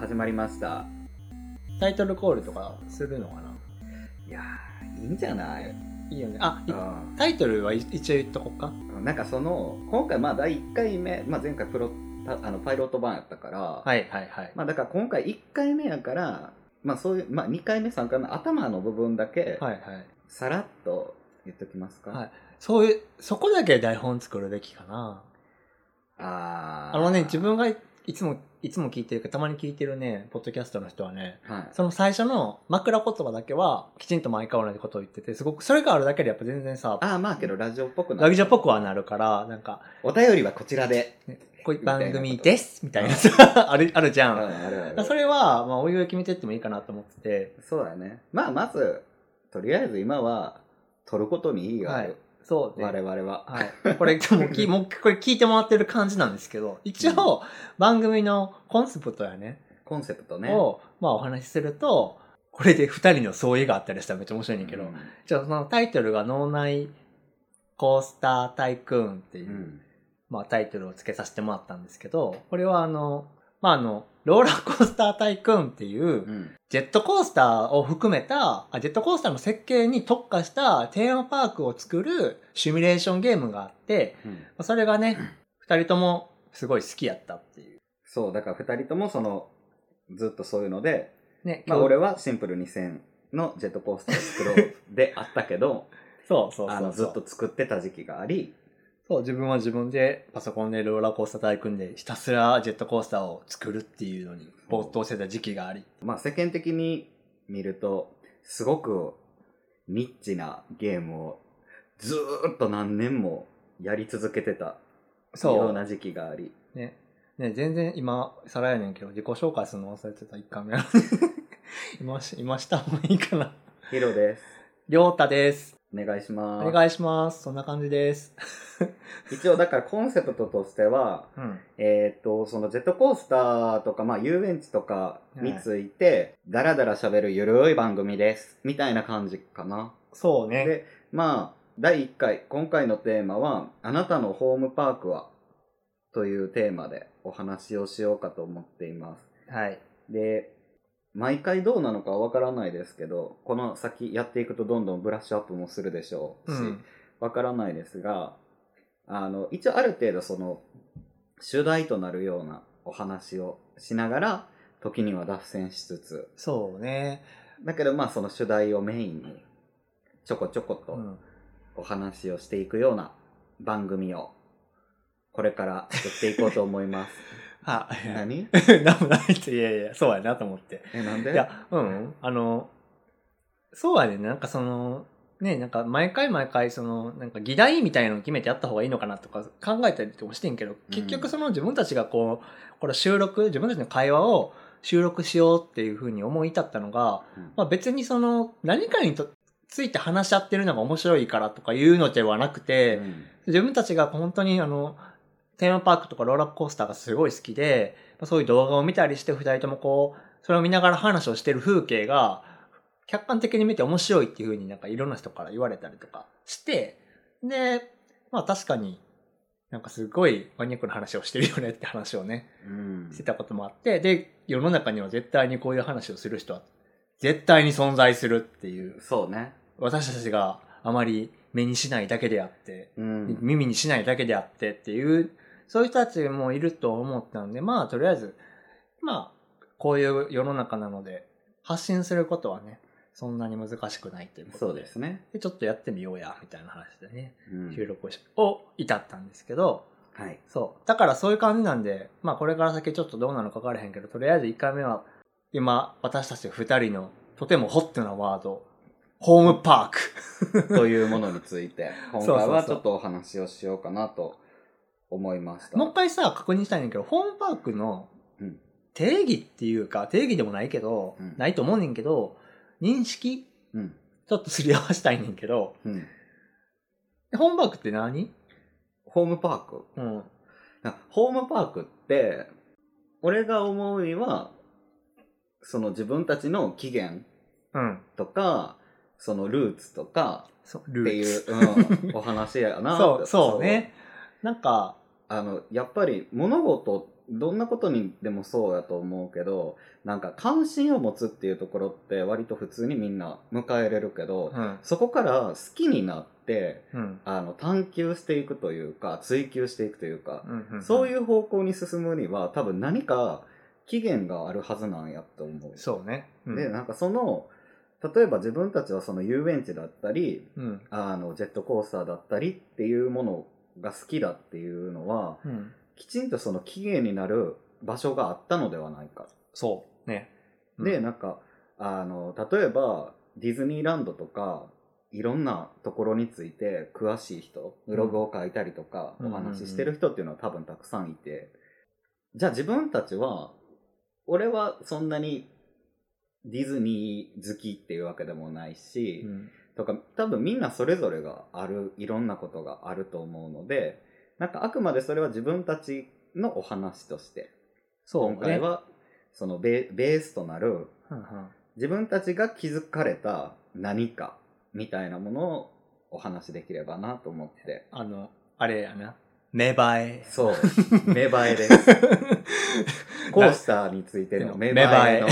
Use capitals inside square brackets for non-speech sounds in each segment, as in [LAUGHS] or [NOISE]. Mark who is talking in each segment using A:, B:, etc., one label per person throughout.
A: 始まりました
B: タイトルコールとかするのかない
A: やーいいんじゃない、
B: いいよねあ
A: う
B: い
A: ん
B: タイトルは一応言っとこうか
A: なんかその今回まあ第1回目、まあ、前回プロたあのパイロット版やったから、
B: はいはいはい、
A: まあ、だから今回1回目やから、まあそういうまあ、2回目3回目頭の部分だけ
B: はいはい
A: さらっと言っときますか、
B: はいそういうそこだけ台本作るべきかな
A: あー
B: あのね自分がいつもいつも聞いてるかたまに聞いてるねポッドキャストの人はね
A: はい
B: その最初の枕言葉だけはきちんと毎回同じことを言っててすごくそれがあるだけでやっぱ全然さ
A: ああまあけどラジオっぽくな
B: ラグジャっぽくはなるからなんか
A: お便りはこちらで、
B: こういう番組
A: みたいなこと
B: ですみたいなさあるあるじゃん、
A: うん
B: だか
A: あるある
B: らそれは、まあ、おいおい決めてってもいいかなと思ってて
A: そうだねまあまずとりあえず今は取ることに意義がある、
B: そうで
A: 我々は
B: はい、これ
A: [LAUGHS]
B: でもきもうこれ聞いてもらってる感じなんですけど一応番組のコンセプトやね
A: コンセプトね
B: を、まあ、お話しするとこれで2人の相違があったりしたらめっちゃ面白いねんけど、
A: うん
B: じゃあそのタイトルが「脳内コースタータイクーン」っていう、
A: うん
B: まあ、タイトルを付けさせてもらったんですけどこれはあのまああのローラーコースタータイクーンっていう、
A: うん
B: ジェットコースターを含めた、あジェットコースターの設計に特化したテーマパークを作るシミュレーションゲームがあって、
A: うん
B: まあそれがね、二人ともすごい好きやったっていう。
A: そうだから2人ともそのずっとそういうので
B: ね、
A: まあ
B: 今日
A: 俺はシンプル2000のジェットコースターを作ろうであったけど
B: そうそうそうそう
A: あのずっと作ってた時期があり
B: そう、自分は自分でパソコンでローラーコースター大組んで、ひたすらジェットコースターを作るっていうのに没頭してた時期があり。
A: まあ世間的に見るとすごくニッチなゲームをずーっと何年もやり続けてた
B: そう
A: いろんな時期があり
B: ね。ね、全然今、さらやねんけど、自己紹介するの忘れてた一回目なのに [LAUGHS] 今し、今した方がいいかな。
A: ヒロです
B: りょうたです。
A: お願いします
B: お願いします。そんな感じです。
A: 一応だからコンセプトとしては
B: うん。
A: えっとそのジェットコースターとか、まあ、遊園地とかについて、ダラダラ喋るゆるい番組ですみたいな感じかな
B: そうね。
A: でまあ第1回今回のテーマは「あなたのホームパークは?」というテーマでお話をしようかと思っています
B: はい。
A: で毎回どうなのかはわからないですけどこの先やっていくとどんどんブラッシュアップもするでしょうし、
B: うん。
A: わからないですがあの一応ある程度その主題となるようなお話をしながら時には脱線しつつ
B: そうね。
A: だけどまあその主題をメインにちょこちょこ
B: う
A: と
B: ん。
A: お話をしていくような番組をこれから作っていこうと思います
B: [LAUGHS] あ、 [LAUGHS]
A: 何
B: なんもないって、いやいや、そうやなと思って。
A: えなんで
B: いや、うん。あの、そうやね。なんかその、ね、なんか毎回毎回、その、なんか議題みたいなのを決めてやった方がいいのかなとか考えたりとかもしてんけど、結局その自分たちがこう、これ収録、自分たちの会話を収録しようっていうふうに思い至ったのが、
A: うん
B: まあ別にその、何かにとついて話し合ってるのが面白いからとかいうのではなくて、
A: うん
B: 自分たちが本当にあの、テーマパークとかローラーコースターがすごい好きで、まあそういう動画を見たりして、二人ともこう、それを見ながら話をしてる風景が、客観的に見て面白いっていう風になんかいろんな人から言われたりとかして、で、まあ確かになんかすごいマニアックな話をしてるよねって話をね、
A: うん
B: してたこともあって、で、世の中には絶対にこういう話をする人は絶対に存在するっていう、
A: そうね
B: 私たちがあまり目にしないだけであって、
A: うん
B: 耳にしないだけであってっていう、そういう人たちもいると思ったんで、まあとりあえず、まあこういう世の中なので、発信することはね、そんなに難しくないということ
A: そうですね、
B: でちょっとやってみようや、みたいな話でね、
A: うん
B: 収録をし、を至ったんですけど、
A: はい
B: そう。だからそういう感じなんで、まあこれから先ちょっとどうなのか分からへんけど、とりあえず1回目は、今、私たち2人のとてもホットなワード、ホームパーク。
A: というものについて今
B: [LAUGHS] そうそ
A: 回
B: う
A: はちょっとお話をしようかなと思いました
B: もう一回さ、確認したいねんだけど、ホームパークの
A: うん
B: 定義っていうか、定義でもないけど、
A: うん
B: ないと思うねんけど、認識
A: うん
B: ちょっとすり合わしたいねんけど、
A: うん、
B: ホームパークって何
A: ホームパーク
B: うん。
A: あホームパークって俺が思うにはその自分たちの起源
B: うん。
A: とかそのルーツとか
B: そう、
A: っ
B: ル
A: て
B: ーツ。
A: いう、うん、
B: [LAUGHS]
A: お話やな
B: そう、そうね。なんか、
A: あのやっぱり物事どんなことにでもそうやと思うけどなんか関心を持つっていうところって割と普通にみんな迎え入れるけど、
B: うん。
A: そこから好きになって
B: うん。
A: あの探求していくというか追求していくというか、
B: うんうん。。
A: そういうう方向に進むには多分何か期限があるはずなんやと思う。
B: そうね。うん
A: でなんかその例えば自分たちはその遊園地だったり
B: うん。
A: あのジェットコースターだったりっていうものが好きだっていうのは
B: うん。
A: きちんとその期限になる場所があったのではないか。
B: そう。ね。うん
A: でなんかあの例えばディズニーランドとかいろんなところについて詳しい人ブログを書いたりとか、
B: うん
A: お話ししてる人っていうのは多分たくさんいて、じゃあ自分たちは俺はそんなにディズニー好きっていうわけでもないし、
B: うん。
A: とか多分みんなそれぞれがあるいろんなことがあると思うのでなんかあくまでそれは自分たちのお話として
B: そうね。
A: 今回はそのベベースとなる
B: うんうん。
A: 自分たちが気づかれた何かみたいなものをお話しできればなと思って
B: あの、あれやな。芽生
A: [LAUGHS]
B: え。
A: そう芽生え [LAUGHS] ですコースターについての芽生えの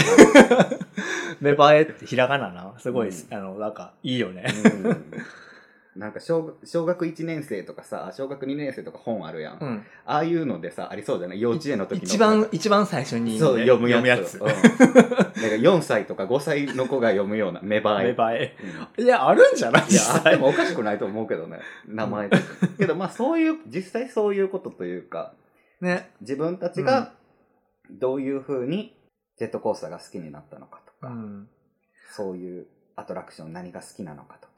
B: 芽芽生えってひらがなな。すごい、
A: うん
B: あの、なんか、いいよね。
A: うんなんか小学小学1年生とかさ小学2年生とか本あるやん、
B: う
A: あ
B: ん。
A: あいうのでさありそうじゃない幼稚園の時の
B: 一番、一番最初に、ね、
A: そう読むやつ
B: 読
A: うん、なんか4歳とか5歳の子が読むような芽生え
B: 芽生え。
A: うん
B: いや、あるんじゃない
A: いや、あ
B: 実
A: って
B: 際
A: もおかしくないと思うけどね、名前で。けど、まあ、そういう、実際そういうことというか、
B: [LAUGHS] ね。
A: 自分たちがどういうふうにジェットコースターが好きになったのかと
B: う
A: か、
B: ん。
A: そういうアトラクション何が好きなのかとか。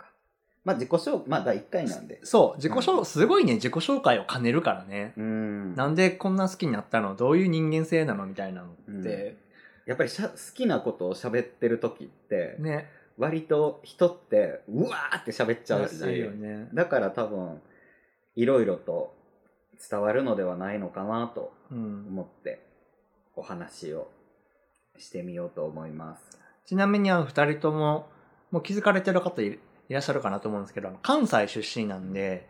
A: まあ、自己紹介、まあ、第1回なんで。
B: そう、自己紹、すごいね、自己紹介を兼ねるからね。
A: うん。
B: なんでこんな好きになったのどういう人間性なのみたいなのって、
A: やっぱりしゃ好きなことを喋ってる時って、
B: ね。
A: 割と人って、うわーって喋っちゃうし、
B: なるよね。
A: だから多分、いろいろと伝わるのではないのかなと
B: うん。
A: 思ってお話をしてみようと思います。
B: ちなみに、あの、二人とも、もう気づかれてる方いいらっしゃるかなと思うんですけど、あの関西出身なんで、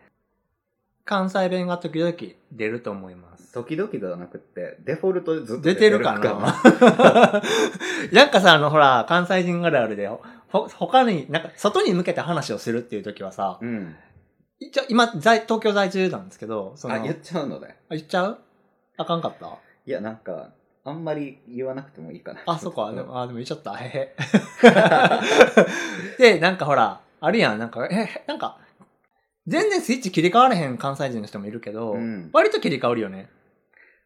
B: 関西弁が時々出ると思います。
A: 時々ではなくって、デフォルトでずっと
B: 出てるかな [LAUGHS] なんかさ、あの、ほら、関西人あるあるで、ほ、ほ他に、なんか、外に向けて話をするっていう時はさ、
A: うん。
B: 一応今在、東京在住なんですけど、その、
A: あ、言っちゃうのね。
B: あ言っちゃうあかんかった
A: いや、なんか、あんまり言わなくてもいいかな。
B: あ、そっか、
A: ん
B: でも、あ、でも言っちゃった、へ [LAUGHS] へ。で、なんかほら、あるやん、なんか、えへ、なんか、全然スイッチ切り替わらへん関西人の人もいるけど、
A: うん
B: 割と切り替わるよね。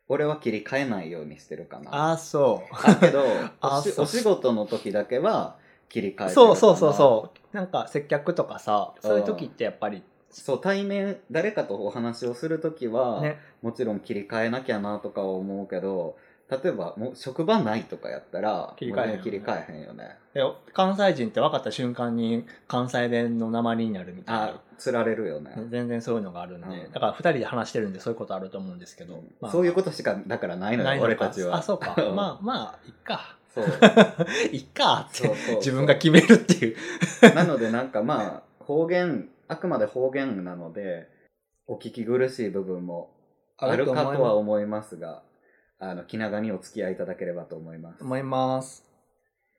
A: 俺は切り替えないようにしてるかな。
B: あー、そう。
A: だけど
B: あ
A: おし
B: そう
A: お仕事の時だけは切り替えてるかな
B: そうそうそうそう。なんか、接客とかさ、そういう時ってやっぱり、
A: そう、対面、誰かとお話をする時は、
B: ね、
A: もちろん切り替えなきゃなとかは思うけど、例えば、もう職場ないとかやったら、
B: 切り替えへんよね
A: もう切り替えへんよね。
B: で関西人って分かった瞬間に関西弁の鉛になるみたい
A: あ、つられるよね。
B: な。全然そういうのがあるんで、
A: うん
B: だから二人で話してるんでそういうことあると思うんですけど、まあ
A: そういうことしかだからないのよ
B: ないのか
A: 俺たちは。
B: あ、そうか
A: うん
B: まあまあ、いっ
A: [LAUGHS]
B: か。
A: そう
B: いっかって [LAUGHS]
A: そうそう
B: 自分が決めるっていう。
A: なのでなんかまあ方言あくまで方言なのでお聞き苦しい部分もあるかとは思いますがあの気長にお付き合いいただければと思います
B: 思います。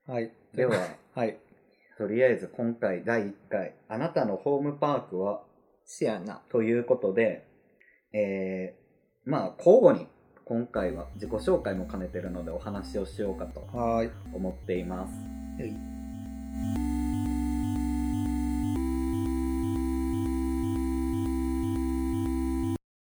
B: はい。
A: では
B: はい。
A: とりあえず今回第1回「あなたのホームパークは?
B: せやな」。
A: ということでえー、まあ交互に今回は自己紹介も兼ねてるのでお話をしようかと
B: はい。
A: 思っています。